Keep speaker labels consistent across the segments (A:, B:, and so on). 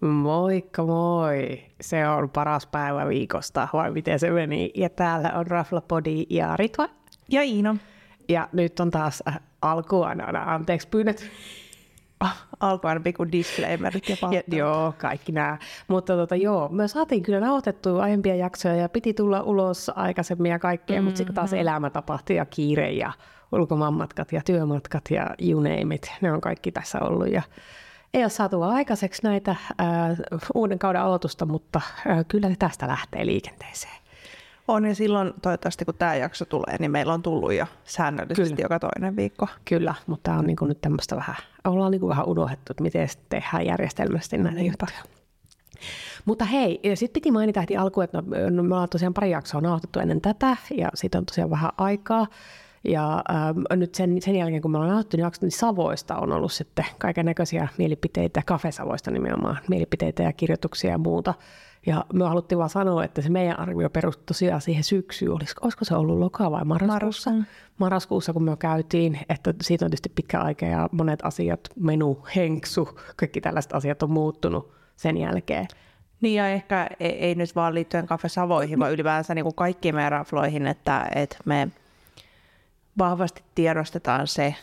A: Moikka moi! Se on paras päivä viikosta, vai miten se meni? Ja täällä on Raflapodi ja Ritva.
B: Ja Iina.
A: Ja nyt on taas äh, alkuun aina anteeksi pyynnöt.
B: Ah, Alkuun pikku disclaimerit ja
A: Ja,
B: pahoittelut.
A: joo, kaikki nämä. Mutta tota, joo, me saatiin kyllä nauhoitettua aiempia jaksoja ja piti tulla ulos aikaisemmin ja kaikkea, mm-hmm. mutta sitten taas elämä tapahtui ja kiire ja ulkomaanmatkat ja työmatkat ja you name it, ne on kaikki tässä ollut ja ei ole saatu aikaiseksi näitä äh, uuden kauden aloitusta, mutta äh, kyllä ne tästä lähtee liikenteeseen.
B: On ja silloin toivottavasti kun tämä jakso tulee, niin meillä on tullut jo säännöllisesti
A: Kyllä.
B: joka toinen viikko.
A: Kyllä, mutta tämä on niinku nyt tämmöistä vähän, ollaan niinku vähän unohdettu, että miten sit tehdään järjestelmällisesti näitä juttuja. Mutta hei, sitten piti mainita heti alkuun, että no, no, me ollaan tosiaan pari jaksoa nauhoitettu ennen tätä ja siitä on tosiaan vähän aikaa. Ja ähm, nyt sen, sen jälkeen, kun me ollaan nauhoitettu niin jaksot, niin Savoista on ollut sitten kaiken näköisiä mielipiteitä, kafesavoista nimenomaan, mielipiteitä ja kirjoituksia ja muuta. Ja me haluttiin vaan sanoa, että se meidän arvio perustui tosiaan siihen syksyyn. Olisiko, olisiko se ollut loka vai marraskuussa?
B: Marraskuun.
A: marraskuussa, kun me käytiin, että siitä on tietysti pitkä aika ja monet asiat, menu, henksu, kaikki tällaiset asiat on muuttunut sen jälkeen.
B: Niin ja ehkä ei, ei nyt vaan liittyen Cafe Savoihin, vaan ylipäänsä niin kuin kaikkiin meidän rafloihin, että, että me vahvasti tiedostetaan se,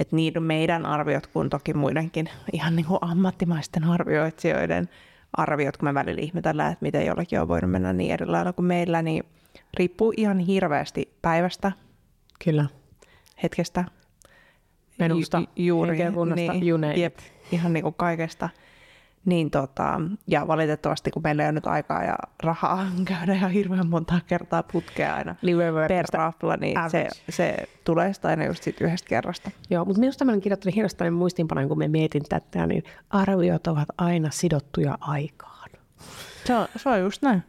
B: että niin meidän arviot kuin toki muidenkin ihan niin kuin ammattimaisten arvioitsijoiden arviot, kun me välillä ihmetellään, että miten jollakin on voinut mennä niin eri lailla kuin meillä, niin riippuu ihan hirveästi päivästä,
A: Kyllä.
B: hetkestä,
A: Menusta,
B: ju- juuri, niin,
A: henkilökunnasta, you name it.
B: jep, ihan niin kuin kaikesta. Niin tota, ja valitettavasti, kun meillä ei ole nyt aikaa ja rahaa käydä ihan hirveän monta kertaa putkea aina per
A: Live-verkosta.
B: rafla, niin se,
A: average.
B: se tulee sitä aina just siitä yhdestä kerrasta.
A: Joo, mutta minusta mä olen kirjoittanut hienosti tänne muistiinpanoin, kun me mietin tätä, niin arviot ovat aina sidottuja aikaan.
B: Se on, se on just näin.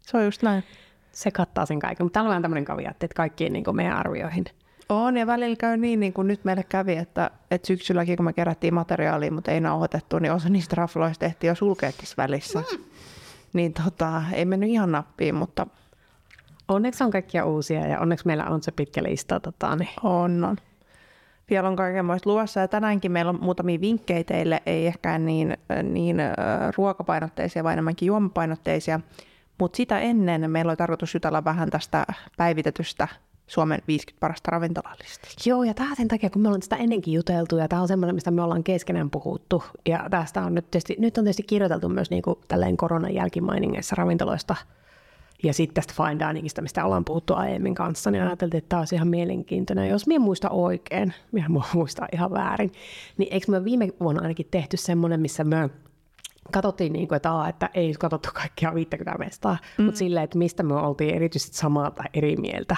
B: Se on just näin.
A: Se kattaa sen kaiken, mutta täällä on vähän tämmöinen kaviaatti, että kaikkiin niin meidän arvioihin.
B: On, ja välillä käy niin, niin kuin nyt meille kävi, että, että syksylläkin, kun me kerättiin materiaalia, mutta ei nauhoitettu, niin osa niistä rafloista ehti jo sulkeekin välissä. Niin tota, ei mennyt ihan nappiin, mutta
A: Onneksi on kaikkia uusia ja onneksi meillä on se pitkä lista. Tota, niin.
B: On, on. Vielä on kaikenmoista luvassa ja tänäänkin meillä on muutamia vinkkejä teille, ei ehkä niin, niin äh, ruokapainotteisia, vaan enemmänkin juomapainotteisia. Mutta sitä ennen meillä oli tarkoitus jutella vähän tästä päivitetystä Suomen 50 parasta ravintolalista.
A: Joo, ja tämä sen takia, kun me ollaan tästä ennenkin juteltu, ja tämä on semmoinen, mistä me ollaan keskenään puhuttu. Ja tästä on nyt tietysti, nyt on tietysti kirjoiteltu myös niin kuin tälleen koronan jälkimainingeissa ravintoloista. Ja sitten tästä fine diningista, mistä ollaan puhuttu aiemmin kanssa, niin ajateltiin, että tämä olisi ihan mielenkiintoinen. Jos minä muista oikein, minä muista ihan väärin, niin eikö me viime vuonna ainakin tehty semmoinen, missä me katsottiin, niin kuin, että, aa, että ei katsottu kaikkia 50 mestaa, mm. mutta silleen, että mistä me oltiin erityisesti samaa tai eri mieltä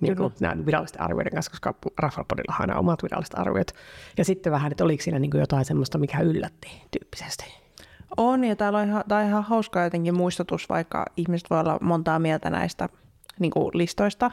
A: niin kuin, näiden virallisten arvioiden kanssa, koska Raffalpodilla on aina omat viralliset arviot. Ja sitten vähän, että oliko siinä niin kuin jotain semmoista, mikä yllätti tyyppisesti.
B: On, ja täällä on ihan, tää on ihan hauska jotenkin muistutus, vaikka ihmiset voi olla montaa mieltä näistä niin kuin listoista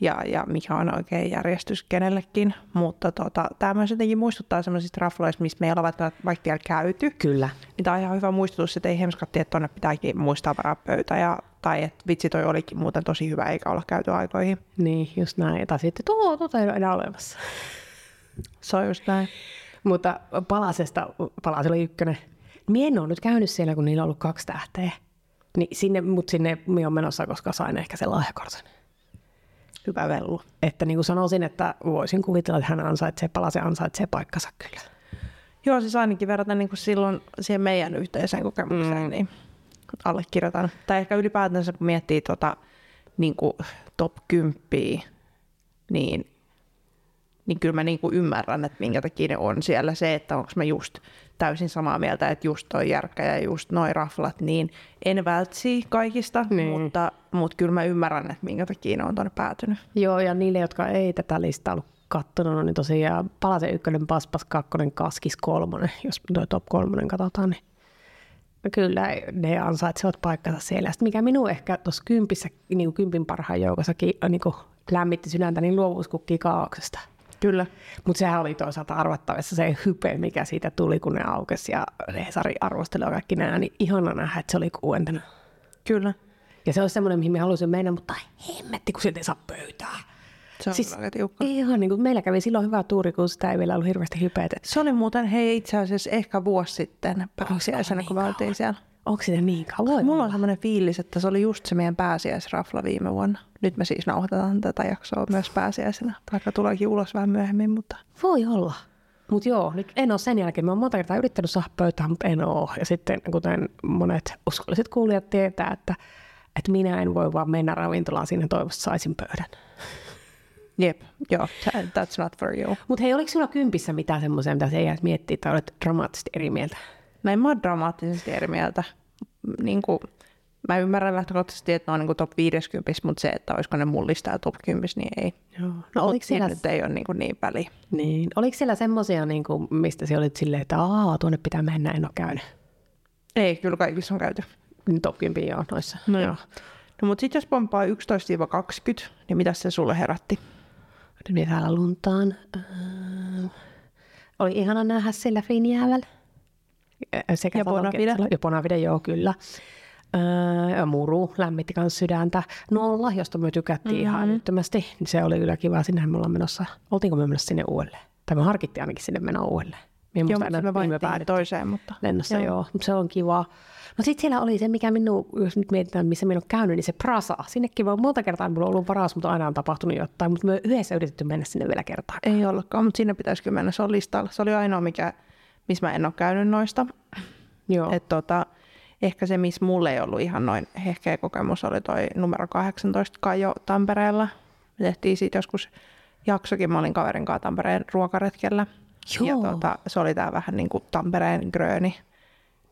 B: ja, ja mikä on oikea järjestys kenellekin. Mutta tota, tämä myös jotenkin muistuttaa sellaisista rafloista, missä me ei ole välttämättä vaikka vielä käyty.
A: Kyllä.
B: Niin tämä on ihan hyvä muistutus, että ei hemskatti, että tuonne pitääkin muistaa varaa pöytä. Ja, tai että vitsi, toi olikin muuten tosi hyvä, eikä olla käyty aikoihin.
A: Niin, just näin. Tai sitten, tuo, tuota ei ole enää olemassa.
B: Se on just näin.
A: Mutta palasesta, palas oli ykkönen. Mie en ole nyt käynyt siellä, kun niillä on ollut kaksi tähteä. Niin sinne, mutta sinne minä olen menossa, koska sain ehkä sen lahjakortin.
B: Hyvä vellu.
A: Että niin kuin sanoisin, että voisin kuvitella, että hän ansaitsee, palase ansaitsee paikkansa kyllä.
B: Joo, siis ainakin verrata niin kuin silloin siihen meidän yhteiseen kokemukseen, mm. niin allekirjoitan. Tai ehkä ylipäätänsä, kun miettii tota, niin kuin top 10, niin, niin kyllä mä niin kuin ymmärrän, että minkä takia ne on siellä. Se, että onko mä just täysin samaa mieltä, että just toi järkä ja just noi raflat, niin en vältsi kaikista,
A: Niin.
B: niin. mutta, mutta kyllä mä ymmärrän, että minkä takia ne on tuonne päätynyt.
A: Joo, ja niille, jotka ei tätä listaa ollut kattonut, niin tosiaan Palase ykkönen, Paspas kakkonen, Kaskis kolmonen, jos tuo top kolmonen katsotaan, niin no kyllä ne ansaitsevat paikkansa siellä. Sitten mikä minun ehkä tuossa kympissä, niin kuin kympin parhaan joukossakin niin kuin lämmitti sydäntä, niin luovuuskukki kaauksesta.
B: Kyllä.
A: Mutta sehän oli toisaalta arvattavissa se hype, mikä siitä tuli, kun ne aukesi ja Hesari arvosteli ja kaikki nämä, niin ihana nähdä, että se oli kuuentena.
B: Kyllä.
A: Ja se olisi semmoinen, mihin me halusin mennä, mutta hemmetti, kun sieltä ei saa pöytää.
B: Se on
A: Siis-
B: siis... aika tiukka.
A: Ihan niin kuin meillä kävi silloin hyvä tuuri, kun sitä ei vielä ollut hirveästi hypeitä.
B: Se oli muuten, hei itse asiassa ehkä vuosi sitten pääsiäisenä,
A: niin
B: kun me oltiin siellä.
A: Onko sitä niin kauan?
B: Mulla on semmoinen fiilis, että se oli just se meidän pääsiäisrafla viime vuonna. Nyt me siis nauhoitetaan tätä jaksoa myös pääsiäisenä, vaikka tuleekin ulos vähän myöhemmin, mutta
A: Voi olla. Mutta joo, nyt en ole sen jälkeen. Mä oon monta kertaa yrittänyt saada pöytään, mutta en oo. Ja sitten kuten monet uskolliset kuulijat tietää, että, että minä en voi vaan mennä ravintolaan siinä toivossa saisin pöydän.
B: jep, joo, that's not for you.
A: Mutta hei, oliko sinulla kympissä mitään semmoisia, mitä se ei jäisi miettiä tai olet dramaattisesti eri mieltä?
B: Näin mä oon dramaattisesti eri mieltä. Niin kuin, mä ymmärrän lähtökohtaisesti, että ne on niin kuin top 50, mutta se, että olisiko ne mullista ja top 10, niin ei.
A: Joo. No oliko siellä,
B: Nyt ei ole niin, kuin niin väliä.
A: niin, oliko siellä semmoisia, niin kuin, mistä se olit silleen, että aah, tuonne pitää mennä, en ole käynyt?
B: Ei, kyllä kaikissa on käyty.
A: Top 10 joo, noissa.
B: No joo. No mutta sitten jos pomppaa 11-20, niin mitä se sulle herätti?
A: Nyt minä täällä luntaan. Öö, oli ihana nähdä sillä Finjäävällä. Sekä
B: Ja Bonavide.
A: Salonkeitsalla- Ja Bonavide, joo, kyllä. Öö, ja muru lämmitti myös sydäntä. Nolla, josta me tykättiin mm-hmm. ihan älyttömästi. niin Se oli kyllä kiva. Sinnehän me ollaan menossa. Oltiinko me menossa sinne uudelleen? Tai me harkittiin ainakin sinne menoa uudelleen. Minä en
B: Joo,
A: muista
B: mutta
A: enää,
B: me
A: mihin me
B: vaihdettiin
A: päädyttiin
B: toiseen, mutta...
A: lennossa, joo. joo. Mut Se on kiva. No sitten siellä oli se, mikä minun, jos nyt mietitään, missä minä olen käynyt, niin se Prasa. Sinnekin voi monta kertaa, minulla on ollut varaus, mutta aina on tapahtunut jotain. Mutta me yhdessä yritetty mennä sinne vielä kertaa.
B: Ei ollutkaan, mutta sinne pitäisikö mennä. Se on listalla. Se oli ainoa, mikä, missä mä en ole käynyt noista.
A: Joo. Et,
B: Et tota, ehkä se, missä mulle ei ollut ihan noin hehkeä kokemus, oli toi numero 18 Kajo Tampereella. Me tehtiin siitä joskus jaksokin. Mä olin kaverin kanssa Tampereen ruokaretkellä.
A: Joo.
B: Ja tota, se oli tää vähän niin kuin Tampereen grööni.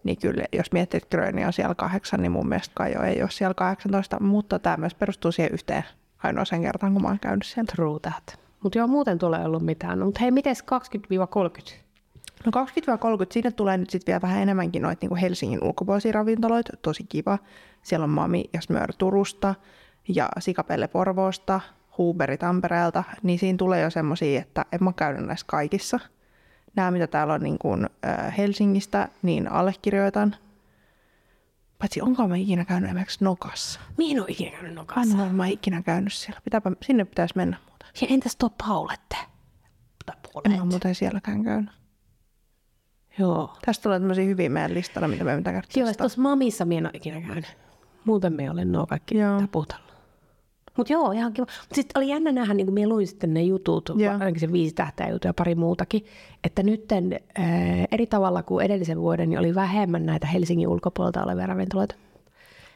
B: Niin kyllä, jos miettii, että grööni on siellä kahdeksan, niin mun mielestä Kajo ei ole siellä 18. Mutta tämä myös perustuu siihen yhteen ainoaseen kertaan, kun mä oon käynyt siellä.
A: True that. Mutta joo, muuten tulee ei ollut mitään. Mutta hei, miten 20-30?
B: No 20-30, sinne tulee nyt sitten vielä vähän enemmänkin noita niin Helsingin ulkopuolisia ravintoloita, tosi kiva. Siellä on Mami ja Smör Turusta ja Sikapelle Porvoosta, Huberi Tampereelta, niin siinä tulee jo semmoisia, että en mä ole käynyt näissä kaikissa. Nämä, mitä täällä on niin kuin, äh, Helsingistä, niin allekirjoitan. Paitsi onko mä ikinä käynyt esimerkiksi Nokassa?
A: Mihin on ikinä käynyt nokassa?
B: Kannan mä ikinä käynyt siellä. Pitääpä, sinne pitäisi mennä muuten.
A: Ja entäs tuo Paulette? Tai
B: En mä
A: Paulette.
B: ole muuten sielläkään käynyt.
A: Joo.
B: Tästä tulee tämmöisiä hyviä meidän listalla, mitä me pitää
A: Joo,
B: testaa.
A: tuossa mamissa minä en ole ikinä käynyt. Muuten me olen nuo kaikki
B: Joo.
A: taputellut. Mutta joo, ihan kiva. Mutta sitten oli jännä nähdä, niin kun minä luin sitten ne jutut,
B: Joo.
A: ainakin se viisi tähtää juttu ja pari muutakin, että nyt eri tavalla kuin edellisen vuoden, niin oli vähemmän näitä Helsingin ulkopuolelta olevia ravintoloita.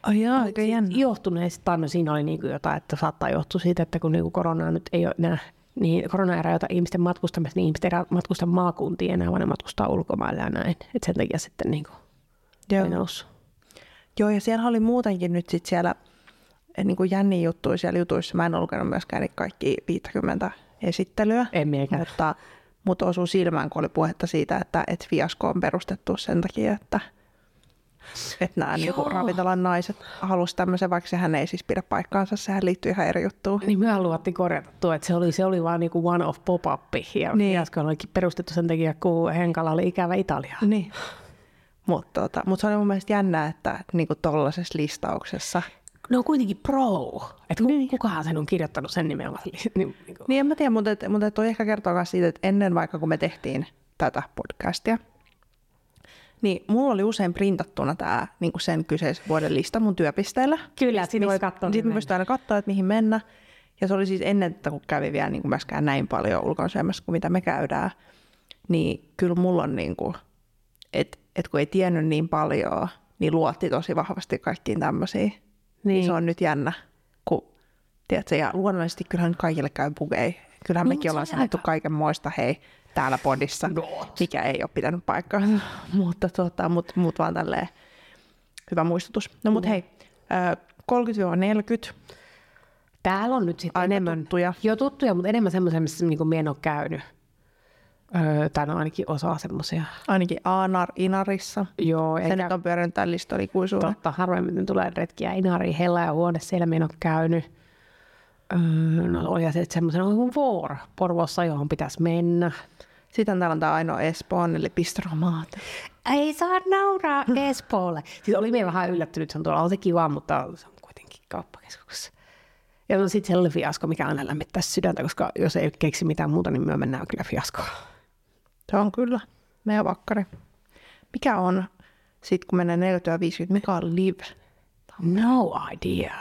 B: Ai jaa, aika jännä.
A: Johtuneista, no siinä oli niin jotain, että saattaa johtua siitä, että kun niin koronaa nyt ei ole enää, niin korona ei rajoita ihmisten matkustamista, niin ihmiset ei ra- matkusta maakuntiin enää, vaan ne matkustaa ulkomaille ja näin. Et sen takia sitten niin kuin,
B: Joo.
A: ei noussut.
B: Joo, ja siellä oli muutenkin nyt sit siellä niin kuin jänniä juttuja siellä jutuissa. Mä en ole lukenut myöskään niitä kaikki 50 esittelyä.
A: En miekään.
B: Mutta mut osuu silmään, kun oli puhetta siitä, että et fiasko on perustettu sen takia, että et nämä niinku
A: Joo.
B: ravintolan naiset halusi tämmöisen, vaikka sehän ei siis pidä paikkaansa, sehän liittyy ihan eri juttuun.
A: Niin me luvattiin korjata tuo, että se oli, se oli vaan niinku one off pop-up. Ja
B: Niin.
A: niin. oli perustettu sen takia, kun Henkala oli ikävä Italia.
B: Niin. Mutta tota, mut se oli mun mielestä jännää, että niinku tollaisessa listauksessa
A: Ne on kuitenkin pro. Et niin. kukahan sen on kirjoittanut sen nimen oman li- ni- niinku.
B: Niin en mä tiedä, mutta, et, mutta et toi ehkä kertoo myös siitä, että ennen vaikka kun me tehtiin tätä podcastia, niin mulla oli usein printattuna tämä niinku sen kyseisen vuoden lista mun työpisteellä.
A: Kyllä, siinä
B: Niin
A: voi katsoa.
B: Sitten
A: nimen.
B: mä pystyn aina katsoa, että mihin mennä. Ja se oli siis ennen, että kun kävi vielä niin kuin myöskään näin paljon ulkonsyömässä kuin mitä me käydään, niin kyllä mulla on niin kuin, että et kun ei tiennyt niin paljon, niin luotti tosi vahvasti kaikkiin tämmöisiin. Niin. Se on nyt jännä, kun tiedätkö, ja luonnollisesti kyllähän nyt kaikille käy bugei. Kyllähän
A: Niin, mut
B: niin,
A: se
B: mekin ollaan
A: oli
B: sanottu
A: aika-
B: kaiken moista, hei, täällä podissa,
A: Not.
B: mikä ei ole pitänyt paikkaansa, mutta tota, mut, mut vaan tälleen hyvä muistutus. No
A: Mm.
B: mut hei, ö, 30-40,
A: Täällä on nyt sitten
B: Aika
A: enemmän.
B: tuttuja.
A: Joo, tuttuja, mutta enemmän semmoisia, missä niinku mie en ole käynyt. Öö, tai no ainakin osaa semmoisia.
B: ainakin Aanar Inarissa.
A: Joo,
B: Se
A: eikä
B: nyt on pyörinyt tämän listan ikuisuuden.
A: totta. Harvemmin tulee retkiä Inariin, Hella ja Huone, siellä minä en ole käynyt. Öö, no oli se semmoisen kuin Vuor. Porvoossa, johon pitäisi mennä.
B: Sitten täällä on tämä ainoa Espoon, eli Pistromaat.
A: Ei saa nauraa Espoolle. Siis oli minä vähän yllättynyt, se on tuolla on se kiva, mutta se on kuitenkin kauppakeskuksessa. Ja no sitten sellainen fiasko, mikä aina lämmittää sydäntä, koska jos ei keksi mitään muuta, niin me mennään kyllä fiaskoon.
B: Se on kyllä meidän vakkari. Mikä on, sit kun menee 40-50, mikä on live?
A: No idea.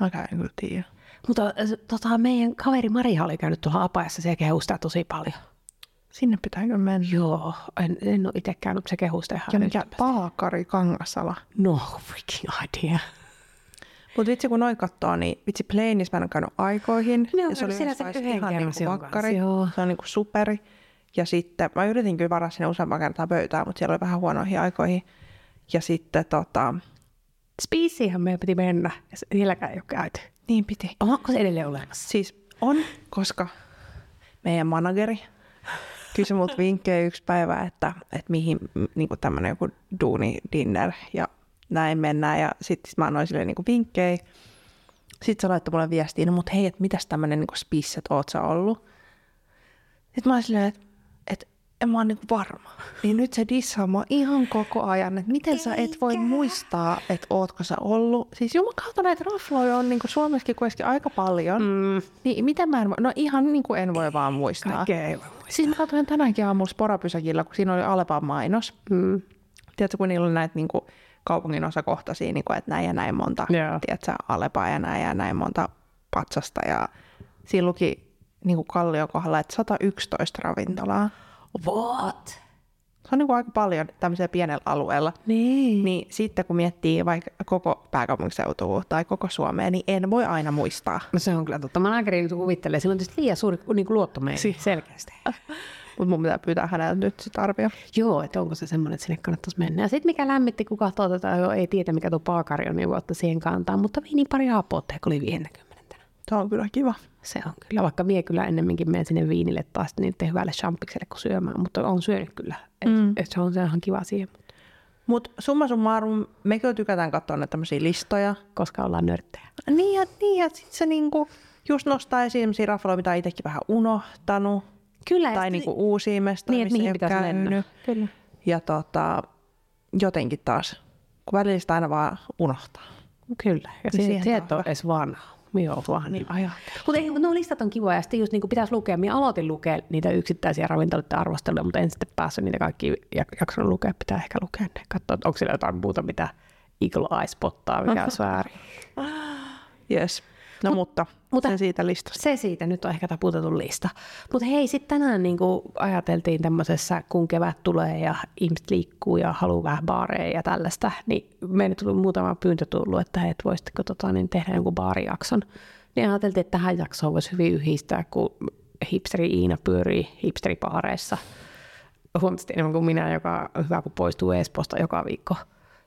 B: Aika en kyllä tiedä.
A: Mutta äh, tota, meidän kaveri Maria oli käynyt tuolla apajassa, se kehuu sitä tosi paljon.
B: Sinne pitää kyllä mennä.
A: Joo, en, en ole itse käynyt, se kehuu sitä ihan
B: Ja mikä
A: yhtä-
B: paakari Kangasala.
A: No freaking idea.
B: Mutta vitsi kun noin katsoo, niin vitsi Plainissa mä en ole käynyt aikoihin.
A: Ne on
B: ja se oli
A: kyllä siellä
B: yhdessä
A: sen
B: vaiheessa
A: yhden
B: ihan
A: kerran
B: niinku
A: sinun
B: vakkari.
A: kanssa, joo.
B: Se on niinku superi. Ja sitten mä yritin kyllä varaa sinne useampaan kertaan pöytää, mutta siellä oli vähän huonoihin aikoihin. Ja sitten tota,
A: Spiisiinhän meidän piti mennä, ja se- sielläkään ei ole käyty.
B: niin piti.
A: Onko se edelleen olemassa?
B: Siis on, koska meidän manageri kysyi multa vinkkejä yksi päivä, että, että mihin niin tämmöinen joku duuni dinner ja näin mennään. Ja sitten mä annoin sille niin vinkkejä. Sitten se laittoi mulle viestiä, no mut hei, että mitäs tämmöinen niin spisset oot sä ollut? Sitten mä olin silleen, että, että en mä ole niin varma. Niin nyt se dissaa mua ihan koko ajan, että miten sä et voi muistaa, että ootko sä ollut. Siis jumakauta näitä rafloja on niin Suomessakin kuitenkin aika paljon.
A: Mm,
B: Niin mitä mä en voi, no ihan niin kuin en voi vaan muistaa.
A: kaikkea ei voi muistaa.
B: Siis mä katsoin tänäänkin aamulla Sporapysäkillä, kun siinä oli Alepan mainos.
A: Mm.
B: Tiedätkö, kun niillä oli näitä niin kuin kaupungin osakohtaisia, niin kuin, että näin ja näin monta,
A: Joo.
B: tiedätkö, Alepaa ja näin ja näin monta patsasta. Ja siinä luki niin kuin Kallion kohdalla, että 111 ravintolaa.
A: What?
B: Se on niin kuin aika paljon tämmöisellä pienellä alueella.
A: Niin.
B: Niin sitten kun miettii vaikka koko pääkaupunkiseutua tai koko Suomea, niin en voi aina muistaa.
A: No se on kyllä totta. Manageri kuvittelee, sillä on tietysti liian suuri niin kuin luotto meihin, selkeästi.
B: Mutta mun pitää pyytää häneltä nyt sitä arvio.
A: Joo, että onko se semmoinen, että sinne kannattaisi mennä. Ja sitten mikä lämmitti, kun katsoo tätä, jo ei tiedä mikä tuo paakari on, niin voi ottaa siihen kantaa. Mutta viini pari haapotteja, kun oli 50.
B: Se on kyllä kiva.
A: Se on kyllä, vaikka mie kyllä ennemminkin menen sinne viinille taas niiden hyvälle champikselle kuin syömään, mutta on syönyt kyllä. Et, mm. et se on se on ihan kiva siihen, mutta
B: Mutta summa summarum, me kyllä tykätään katsoa näitä tämmöisiä listoja.
A: koska ollaan nörttejä.
B: Niin ja, niin ja sit se niinku just nostaa esiin semmoisia raffaloja, mitä on itsekin vähän unohtanut.
A: Kyllä,
B: Tai niinku uusia mestoja,
A: niin, että
B: missä ei
A: mihin
B: ole
A: pitäisi mennä.
B: käynyt.
A: Kyllä.
B: Ja tota, jotenkin taas, kun välillä sitä aina vaan unohtaa.
A: Kyllä, ja
B: Niin
A: niin
B: siihen
A: se, se
B: tää on
A: et ole edes vanha. Mie oon vanha. Niin.
B: Aja.
A: Mutta ei, no listat on kivoja ja sitten just niin pitäisi lukea. Minä aloitin lukea niitä yksittäisiä ravintoloiden arvosteluja, mutta en sitten päässyt niitä kaikki jak- jaksanut lukea. Pitää ehkä lukea ne. Katsoa, että onko siellä jotain muuta, mitä Eagle Eye spottaa, mikä on väärin.
B: Yes. No mutta,
A: mutta-
B: mutta se siitä listasta.
A: Se siitä nyt on ehkä taputettu lista. Mutta hei, sitten tänään niin ajateltiin tämmöisessä, kun kevät tulee ja ihmiset liikkuu ja haluaa vähän baareja ja tällaista, niin meille tuli muutama pyyntö tullut, että hei, et voisitteko tota, niin tehdä jonkun baarijakson. Niin ajateltiin, että tähän jaksoon voisi hyvin yhdistää, kun hipsteri Iina pyörii hipsteribaareissa huomattavasti enemmän kuin minä, joka on hyvä, kun poistuu Espoosta joka viikko.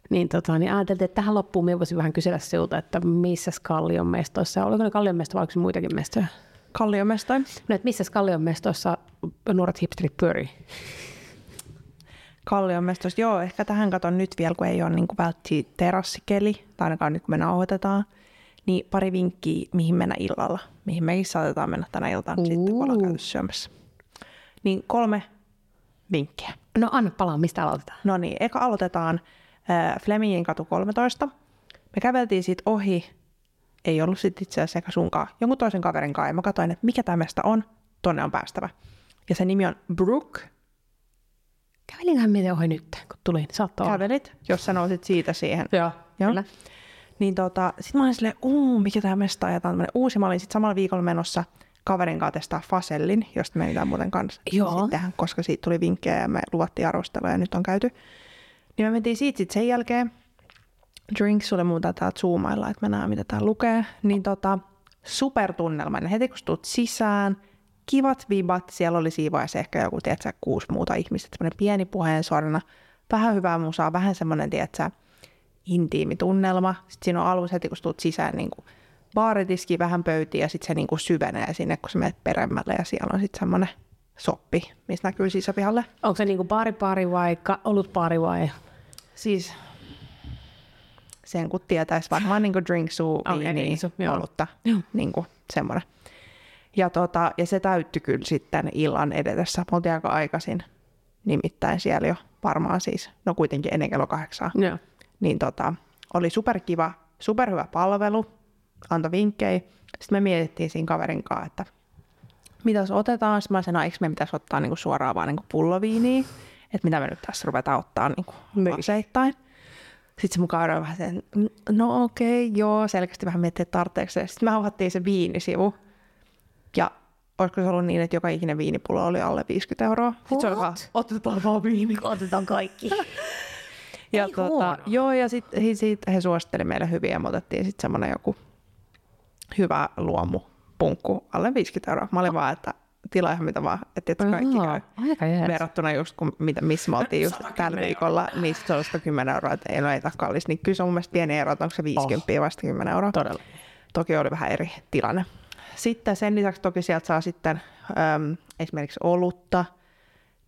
A: Niin, tota, niin ajateltiin, että tähän loppuun minä voisin vähän kysellä sinulta, että missä Kallion mestoissa, oliko ne Kallion mesto vai oliko muitakin mestoja?
B: Kalliomestoja.
A: No, että missä Kallion mestoissa nuoret hipsterit pyörii?
B: Kalliomestoista. Joo, ehkä tähän katon nyt vielä, kun ei ole niin välttämättä terassikeli, tai ainakaan nyt kun me nauhoitetaan, niin pari vinkkiä, mihin mennä illalla, mihin mekin saatetaan mennä tänä iltana uh. sitten, kun ollaan käyty syömässä. Niin kolme vinkkiä.
A: No anna palaa, mistä aloitetaan?
B: No niin, eka aloitetaan äh, Flemingin katu 13. Me käveltiin siitä ohi, ei ollut sit itse asiassa eikä sunkaan, jonkun toisen kaverin kanssa, ja mä katsoin, että mikä tämä mesta on, tonne on päästävä. Ja se nimi on Brook
A: Kävelinköhän meitä ohi nyt, kun tulin? Saattoi olla.
B: Kävelit, jos sä nousit siitä siihen.
A: Joo,
B: Joo.
A: kyllä.
B: Niin tota, sit mä olin silleen, uu, mikä tämä mesta ja tää on tämmönen uusi. Mä olin sit samalla viikolla menossa kaverin kanssa testaa Fasellin, josta menitään muuten kanssa
A: Joo.
B: sittenhän, koska siitä tuli vinkkejä ja me luvattiin arvostella ja nyt on käyty. Niin me mentiin siitä sit sen jälkeen. Drinks sulle muuta tää zoomailla, että me näemme mitä tää lukee. Niin tota, supertunnelmainen. Heti kun sä tuut sisään, kivat vibat, siellä oli siivoajassa ehkä joku, tiedätkö, kuusi muuta ihmistä, semmoinen pieni puheen suorana, vähän hyvää musaa, vähän semmoinen, tiedätkö, intiimi tunnelma. Sitten siinä on alus heti, kun sä tuut sisään, niin kuin baaritiski vähän pöytiin ja sitten se niin kuin syvenee sinne, kun sä menet peremmälle ja siellä on sitten semmoinen soppi, missä näkyy sisäpihalle.
A: Onko se niinku baari baari vai ka- ollut baari vai?
B: Siis sen kun tietäisi varmaan niin drinksu,
A: Okei,
B: okay, niin,
A: drinksu,
B: niin
A: joo.
B: olutta,
A: Joo.
B: niin kuin semmoinen. Ja, tota, ja se täytty kyllä sitten illan edetessä. Me oltiin aika aikaisin nimittäin siellä jo varmaan siis, no kuitenkin ennen kello kahdeksaa.
A: Joo.
B: Niin tota, oli superkiva, superhyvä palvelu. antoi vinkkejä. Sitten me mietittiin siinä kaverin kanssa, että mitäs otetaan. Sitten mä sanoin, eikö me pitäisi ottaa niinku suoraan vaan niinku pulloviiniä, että mitä me nyt tässä ruvetaan ottaa niinku
A: Niin.
B: aseittain. Sitten se mun kauden vähän sen, no okei, okay, joo, selkeästi vähän miettii että tarpeeksi. Sitten me avattiin se viinisivu. Ja olisiko se ollut niin, että joka ikinen viinipullo oli alle 50 euroa. Sitten se oli vaan, otetaan vaan viini.
A: Otetaan kaikki.
B: Ja
A: Ei
B: tota,
A: huono.
B: joo, ja sitten sit, sit he suositteli meille hyviä, me otettiin sitten semmoinen joku hyvä luomu punkku alle 50 euroa. Mä olin vaan, että tilaa ihan mitä vaan, että et kaikki käy.
A: Aika jees.
B: Verrattuna just, kun, mitä, missä me oltiin just tällä viikolla, niin sit se oli 110 euroa, että ei ole takaa olisi. Niin kyllä se on mun mielestä pieni ero, että onko se 50 oh. vai 10 euroa.
A: Todella.
B: Toki oli vähän eri tilanne. Sitten sen lisäksi toki sieltä saa sitten äm, esimerkiksi olutta,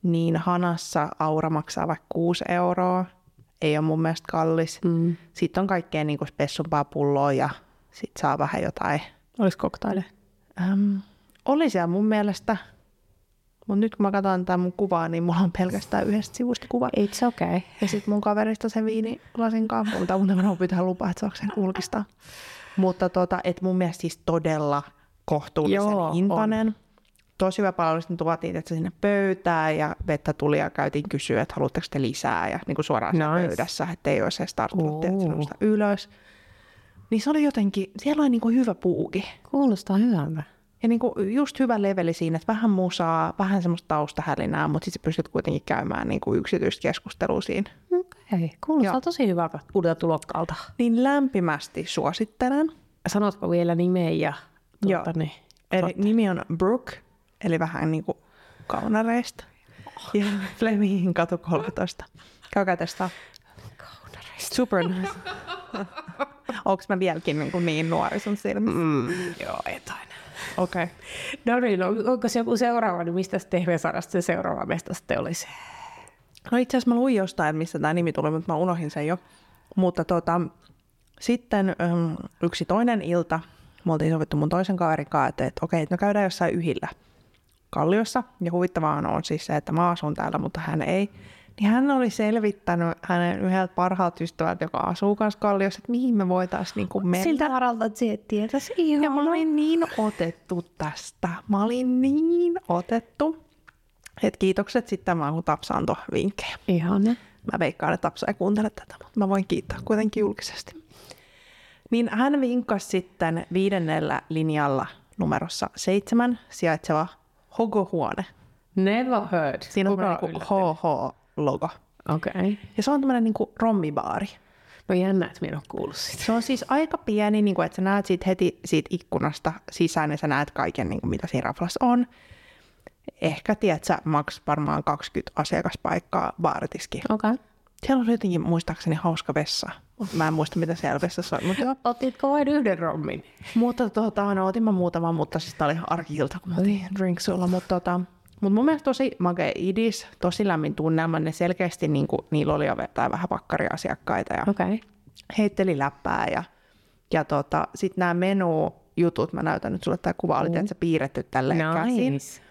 B: niin hanassa aura maksaa vaikka 6 euroa. Ei ole mun mielestä kallis.
A: Mm.
B: Sitten on kaikkea niin kuin spessumpaa pulloa ja sitten saa vähän jotain.
A: Olisi koktaile.
B: Äm, oli siellä mun mielestä, mutta nyt kun mä katson tämän mun kuvaa, niin mulla on pelkästään yhdestä sivusta kuva.
A: It's okay.
B: Ja sitten mun kaverista sen viinilasin kanssa, mutta mun tämmöinen pitää lupaa, että saako sen ulkistaa. Mutta tota, et mun mielestä siis todella kohtuullisen
A: Joo,
B: Joo, hintainen. On. Tosi hyvä palvelu, nyt tuotiin että sinne pöytään ja vettä tuli ja käytiin kysyä, että haluatteko te lisää ja niin kuin suoraan nice.
A: Nice.
B: pöydässä, että ei olisi edes tarttunut
A: Oo.
B: tietysti ylös. Niin se oli jotenkin, siellä oli niin kuin hyvä puuki.
A: Kuulostaa hyvältä.
B: Ja niin kuin just hyvä leveli siinä, että vähän musaa, vähän semmoista taustahälinää, mutta sitten pystyt kuitenkin käymään niin kuin yksityistä keskustelua siinä.
A: Okei, kuulostaa
B: Joo.
A: tosi hyvältä uudelta tulokkaalta.
B: Niin lämpimästi suosittelen.
A: Sanotko vielä nimen ja
B: Joo.
A: tuota, niin,
B: Eli nimi on Brooke, eli vähän niin kuin kaunareista. Ja Flemingin katu 13. Käykää tästä. Super Onko mä vieläkin niin, kuin niin nuori sun silmissä?
A: Mm. Joo, etain.
B: Okei. Okay.
A: No niin, no, onko se joku seuraava, niin mistä TV-sarjasta se seuraava mesta sitten olisi?
B: No itse asiassa mä luin jostain, mistä tämä nimi tuli, mutta mä unohdin sen jo. Mutta tota, sitten äm, yksi toinen ilta, me oltiin sovittu mun toisen kaverin kanssa, että, että okei, että no käydään jossain yhillä kalliossa. Ja huvittavaa on siis se, että mä asun täällä, mutta hän ei. Niin hän oli selvittänyt hänen yhdeltä parhaalta ystävältä, joka asuu kanssa kalliossa, että mihin me voitaisiin niin mennä.
A: Siltä varalta, että se tietäisi ihan.
B: Ja mä olin niin otettu tästä. Mä olin niin otettu. Et kiitokset sitten vaan, kun Tapsa antoi vinkkejä.
A: Ihana.
B: Mä veikkaan, että Tapsa ei kuuntele tätä, mutta mä voin kiittää kuitenkin julkisesti. Niin hän vinkkasi sitten viidennellä linjalla numerossa seitsemän sijaitseva Hogo-huone.
A: Never heard.
B: Siinä on
A: Kuka
B: tämmöinen niinku HH-logo.
A: Okei. Okay.
B: Ja se on tämmöinen niinku rommibaari.
A: No jännä, että minä en ole kuullut sitä.
B: Se on siis aika pieni, niin kuin, että sä näet siitä heti siitä ikkunasta sisään ja sä näet kaiken, niin kuin, mitä siinä raflassa on. Ehkä, tiedät sä, maks varmaan 20 asiakaspaikkaa baaritiski.
A: Okei. Okay.
B: Siellä on jotenkin muistaakseni hauska vessa. Mä en muista, mitä siellä vessassa on, mutta joo.
A: Otitko vain yhden rommin?
B: Mutta tota, no otin mä muutaman, mutta siis tää oli ihan arki-ilta, kun mä otin drinksulla. Mutta tota, mut mun mielestä tosi makea idis, tosi lämmin tunnelma. Ne selkeästi niin kuin, niillä oli jo jotain vähän pakkariasiakkaita ja
A: Okei. Okay.
B: heitteli läppää. Ja, ja tota, sitten nämä menujutut, mä näytän nyt sulle, tämä kuva oli mm. piirretty tälleen nice. käsin.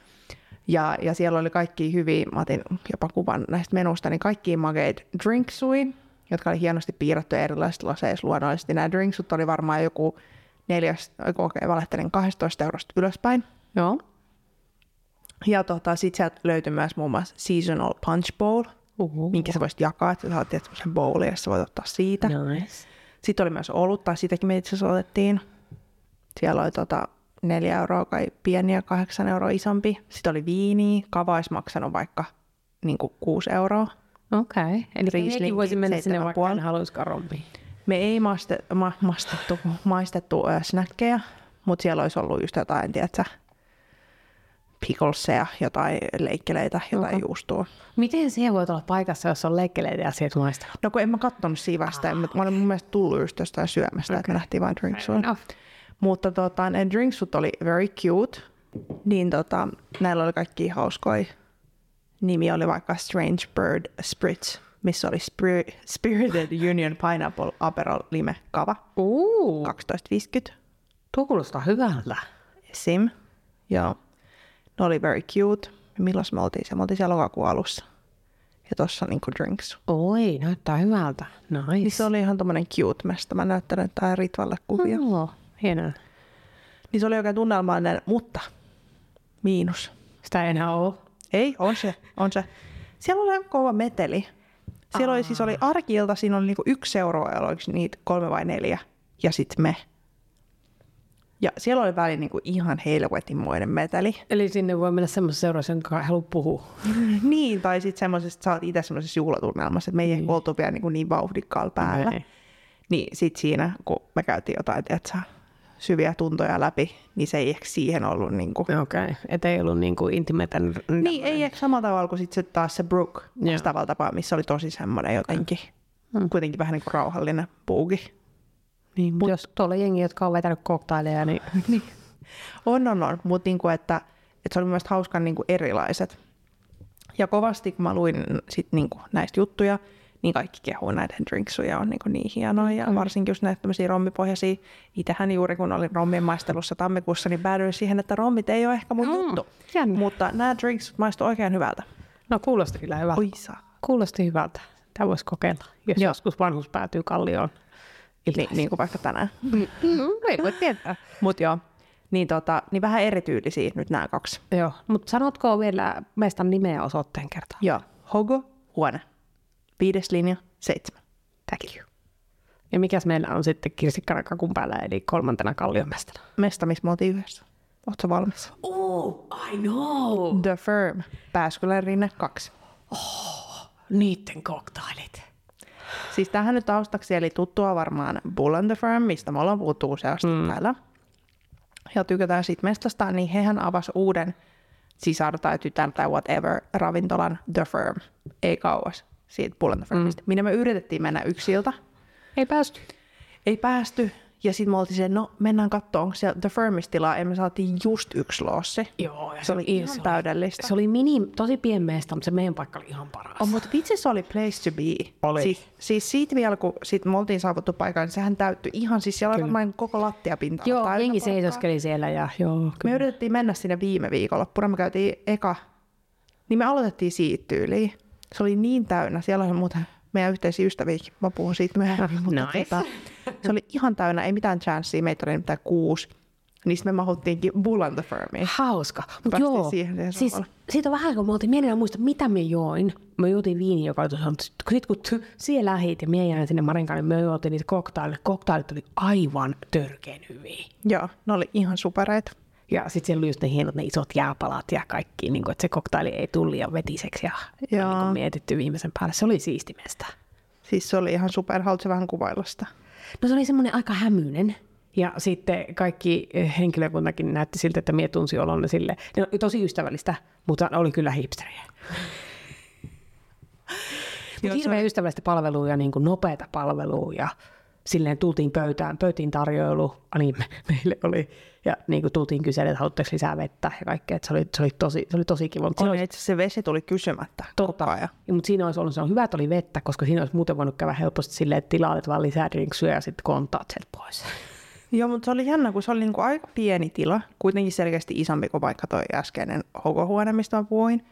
B: Ja, ja siellä oli kaikki hyviä, mä otin jopa kuvan näistä menusta, niin kaikki makeit drinksui, jotka oli hienosti piirretty erilaisissa laseissa luonnollisesti. Nämä drinksut oli varmaan joku neljäs, oiku, okei, valehtelin 12 eurosta ylöspäin.
A: Joo.
B: Ja tota, sit sieltä löytyi myös muun muassa seasonal punch bowl,
A: Uhu.
B: minkä sä voisit jakaa, että sä otit semmoisen bowlin, ja sä voit ottaa siitä.
A: Nice.
B: Sitten oli myös olut, tai sitäkin me itse asiassa otettiin. Siellä oli tota, neljä euroa kai pieni ja kahdeksan euroa isompi. Sitten oli viini, kava olisi maksanut vaikka niin kuin kuusi euroa.
A: Okei. Okay. Eli
B: Riesling,
A: minäkin voisin mennä sinne
B: seitsemän
A: vaikka
B: puoli.
A: en haluaisikaan rommiin.
B: Me ei maste, ma, mastettu, maistettu ö, snäkkejä, mutta siellä olisi ollut just jotain, tiedätkö, pickleseja, jotain leikkeleitä, jotain okay. juustoa.
A: Miten siihen voi olla paikassa, jos on leikkeleitä ja asiat maistella?
B: No kun en mä kattonut siivästä, ah. mä olin mun mielestä tullut just jostain syömästä, okay. että me nähtiin vain drinksuilla.
A: No.
B: Mutta tota, ne drinksut oli very cute, niin tota, näillä oli kaikki hauskoja. Nimi oli vaikka Strange Bird Spritz, missä oli Spir- Spirited Union Pineapple Aperol Lime Kava,
A: Uu,
B: 12.50
A: tuo kuulostaa hyvältä.
B: sim. Joo. Ne oli very cute. Milloin me oltiin siellä? Me oltiin siellä lokakuun alussa. Ja tossa niinku drinks.
A: Oi, näyttää hyvältä. Nice. Mm.
B: Niin se oli ihan tommonen cute mesta. Mä näyttelen tää Ritvalle kuvia.
A: Joo. Hienoa.
B: Niin se oli oikein tunnelmallinen, mutta miinus.
A: Sitä ei enää ole.
B: Ei, on se, on se. Siellä oli aika kova meteli. Siellä oli, siis oli arkiilta, siinä oli niinku yksi seuraava, ja oliko niitä kolme vai neljä, ja sitten me. Ja siellä oli väliin niinku ihan helvetinmoinen meteli.
A: Eli sinne voi mennä semmoisen seurassa, jonka ei halua puhua.
B: niin, tai sitten semmoisesta, sä oot itse semmoisessa juhlatunnelmassa, että me ei ehkä oltu vielä niinku niin vauhdikkaalla päällä.
A: Ei.
B: Niin sit siinä, kun me käytiin jotain, tiedätkö, syviä tuntoja läpi, niin se ei ehkä siihen ollut niinku...
A: Okei, okay. et ei ollut niinku intimeitä.
B: Niin, ei ehkä samalla tavalla kuin sitten taas se Brooke
A: Joo.
B: vastaavalla tapaa, missä oli tosi semmoinen jotenkin, kuitenkin vähän niin kuin rauhallinen puuki.
A: Niin, mut... Jos tuolla on jengi, jotka on vetänyt koktaileja, niin... niin.
B: On, on, on, mutta niinku, että, että se oli mun mielestä hauskan niinku erilaiset. Ja kovasti, kun mä luin sit niinku näistä juttuja, niin kaikki kehuu näitä drinksuja, on niinku niin hienoja, ja varsinkin just näitä tämmöisiä rommipohjaisia. Itähän juuri kun olin rommien maistelussa tammikuussa, niin päädyin siihen, että rommit ei ole ehkä mun mm, juttu.
A: jännä.
B: Mutta nämä drinks maistuu oikein hyvältä.
A: No kuulosti kyllä hyvältä.
B: Oi saa.
A: Kuulosti hyvältä. Tämä voisi kokeilla, jos
B: Joo.
A: joskus vanhus päätyy kallioon.
B: Niin, niin kuin vaikka tänään.
A: Mm, ei voi tietää.
B: Mutta joo, niin, tota, niin vähän erityylisiä nyt nämä kaksi.
A: Joo, mutta sanotko vielä meistä nimeä osoitteen kertaan?
B: Joo, Hogo, huone. Viides linja, seitsemän.
A: Thank you. Ja mikäs meillä on sitten kirsikkana kakun päällä, eli kolmantena kalliomestana?
B: Mesta, missä me oltiin yhdessä. Ootko valmis?
A: Oh, I know!
B: The Firm, Pääskylän rinne, kaksi.
A: Niitten koktailit.
B: Siis tähän nyt taustaksi, eli tuttua varmaan Bull and the Firm, mistä me ollaan puhuttu useasti mm. täällä. Ja tykätään siitä mestasta, niin hehän avasi uuden sisar tai tytär tai whatever ravintolan The Firm. Ei kauas siitä Bull and the Firmista, mm. minne me yritettiin mennä yksiltä.
A: Ei päästy.
B: Ei päästy. Ja sitten me oltiin silleen, no mennään katsoa, onko siellä The Firmista tilaa. Ja me saatiin just yksi loossi.
A: Joo, ja
B: Se oli ihan täydellistä.
A: Se oli mini, tosi pien meistä, mutta se meidän paikka oli ihan paras.
B: Oh, mutta vitsi se oli place to be.
A: Oli.
B: Siis, siis siitä vielä, kun sit me oltiin saavuttu paikkaan, niin sehän täyttyi ihan, siis siellä oli varmaan koko lattiapinta.
A: Joo,
B: täynnä
A: jengi
B: porukkaa.
A: seisoskeli siellä ja joo.
B: Me yritettiin mennä sinne viime viikonloppuna, me käytiin eka, niin me aloitettiin siitä tyyliin. Se oli niin täynnä, siellä oli muuten meidän yhteisiä ystäviäkin, mä puhun siitä myöhemmin, mutta tota,
A: Nice.
B: se oli ihan täynnä, ei mitään chanssiä, meitä oli nimittäin kuusi. Niistä me mahuttiinkin Bull and the Firmiin.
A: Hauska. Mut
B: Päästiin
A: joo,
B: siihen vielä
A: siis
B: samalla.
A: siitä on vähän, kun mä oltiin, minä en muista, mitä mä join. Mä juotin viini, joka oli tuossa, mutta sit- sit kun ty, siellä lähit ja minä jäin sinne Marin kanssa, niin mä juotin niitä koktaileja. Koktailit oli aivan törkeen hyviä.
B: Joo, ne oli ihan supereita.
A: Ja sitten siellä oli just ne hienot, ne isot jääpalat ja kaikki, niin kun, että se koktaili ei tullut liian vetiseksi ja, ja
B: Joo.
A: niin kun mietitty viimeisen päälle. Se oli siistimestä.
B: Siis se oli ihan super, haluatko vähän kuvailla sitä?
A: No se oli semmoinen aika hämyinen. Ja sitten kaikki eh, henkilökuntakin näytti siltä, että mie tunsi olonne sille. Ne oli tosi ystävällistä, mutta oli kyllä hipsteriä. Mutta
B: Joo, se
A: hirveän ystävällistä palvelua ja niin kuin nopeata palvelua ja silleen tultiin pöytään, pöytiin tarjoilu, ah niin, me, meille oli, ja niin kuin tultiin kyselemään, että haluatteko lisää vettä ja kaikkea, että se oli, se oli tosi, se oli tosi kiva. Mut siinä
B: On, itse asiassa se vesi tuli kysymättä koko ajan.
A: mutta siinä olisi ollut, se on hyvä, että oli vettä, koska siinä olisi muuten voinut käydä helposti silleen, että tilailet vaan lisää drinksyä ja sitten kontaat sieltä pois.
B: Joo, mutta se oli jännä, kun se oli niinku aika pieni tila, kuitenkin selkeästi isompi kuin vaikka toi äskeinen hokohuone, mistä mä puhuin.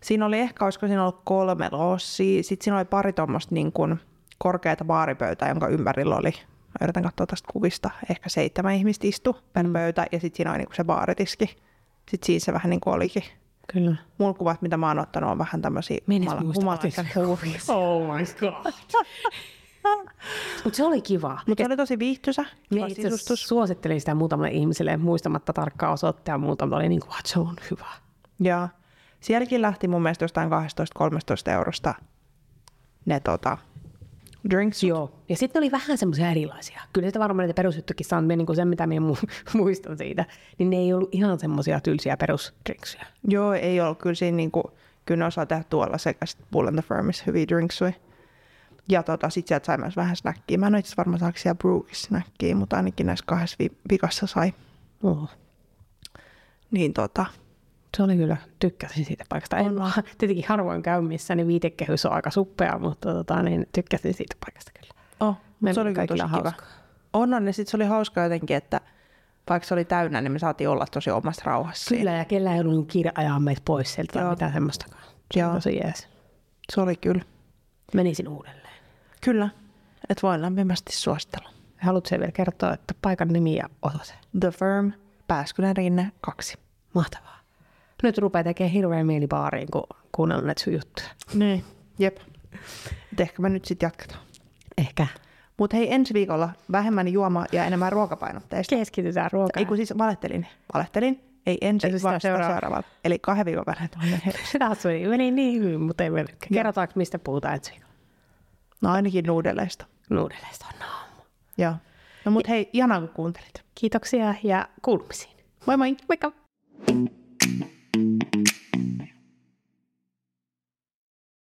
B: Siinä oli ehkä, olisiko siinä ollut kolme lossia, sitten siinä oli pari tuommoista niinku korkeata baaripöytää, jonka ympärillä oli, mä yritän katsoa tästä kuvista, ehkä seitsemän ihmistä istu
A: Mm.
B: per pöytä, ja sitten siinä oli niinku se baaritiski. Sitten siinä se vähän niin kuin olikin.
A: Kyllä.
B: Mun kuvat, mitä mä oon ottanut, on vähän tämmöisiä
A: Menis muista Oh my god. mutta se oli kiva.
B: Mutta se oli tosi viihtyisä.
A: Minä
B: Kiva
A: Niin itse asiassa
B: sisustus.
A: suosittelin sitä muutamalle ihmiselle, muistamatta tarkkaa osoitetta ja muuta, mutta oli niin kuin, "Ah, se on hyvä.
B: Ja sielläkin lähti mun mielestä jostain 12-13 eurosta ne tota, drinks.
A: Joo. Ja sitten oli vähän semmoisia erilaisia. Kyllä sitä varmaan näitä perusjuttukin saan, niin kuin sen mitä minä mu- muistan siitä, niin ne ei ollut ihan semmoisia tylsiä perusdrinksyjä.
B: Joo, ei ollut. Kyllä siinä niinku, kyllä ne osaa tehdä tuolla sekä sit Bull and the Firmissa hyviä drinksui. Ja tota, sit sieltä sai myös vähän snackia. Mä en ole itse asiassa varmaan saako siellä Brewis snackia, mutta ainakin näissä kahdessa vi- vikassa sai.
A: Oh.
B: Niin tota,
A: Se oli kyllä, tykkäsin siitä paikasta. En, tietenkin harvoin käy missään, niin viitekehys on aika suppea, mutta tota, niin tykkäsin siitä paikasta kyllä.
B: oh,
A: Meillä
B: mut se oli kyllä tosi
A: kaikilla
B: kiva.
A: hauskaa.
B: On, on. Ja sit se oli hauskaa jotenkin, että vaikka se oli täynnä, niin me saatiin olla tosi omassa rauhassa. siinä.
A: Kyllä, ja kellään ei ollut niinku kiire ajaa meitä pois sieltä tai
B: Joo.
A: mitään semmoistakaan. Se
B: Joo.
A: oli tosi jees.
B: Se oli kyllä.
A: Menisin uudelleen.
B: Kyllä. Et voin lämpimästi suositella.
A: Haluatko vielä kertoa, että paikan nimi ja osoite?
B: The Firm, Pääskylän rinne 2.
A: Mahtavaa. Nyt rupeaa tekemään hirveän mieli baariin, kun kuunnellut näitä sun juttuja.
B: Niin. Jep. Et ehkä me nyt sitten jatketaan.
A: Ehkä.
B: Mutta hei, ensi viikolla vähemmän juoma ja enemmän ruokapainotteista.
A: Keskitytään ruokaan.
B: Ei kun siis valehtelin. Valehtelin. Ei ensi,
A: Eli sitä
B: vaan
A: seuraava.
B: seuraavalla. seuraavalla. Eli kahden viikon välein.
A: Sitä otsui. Meni niin hyvin, mutta ei mennytkään.
B: Joo.
A: Kerrotaanko, mistä puhutaan ensi viikolla?
B: No ainakin nuudeleista.
A: Nuudeleista on naama.
B: Joo. No mut hei, ihanaa kun kuuntelit.
A: Kiitoksia ja kuulumisiin.
B: Moi moi!
A: Moikka!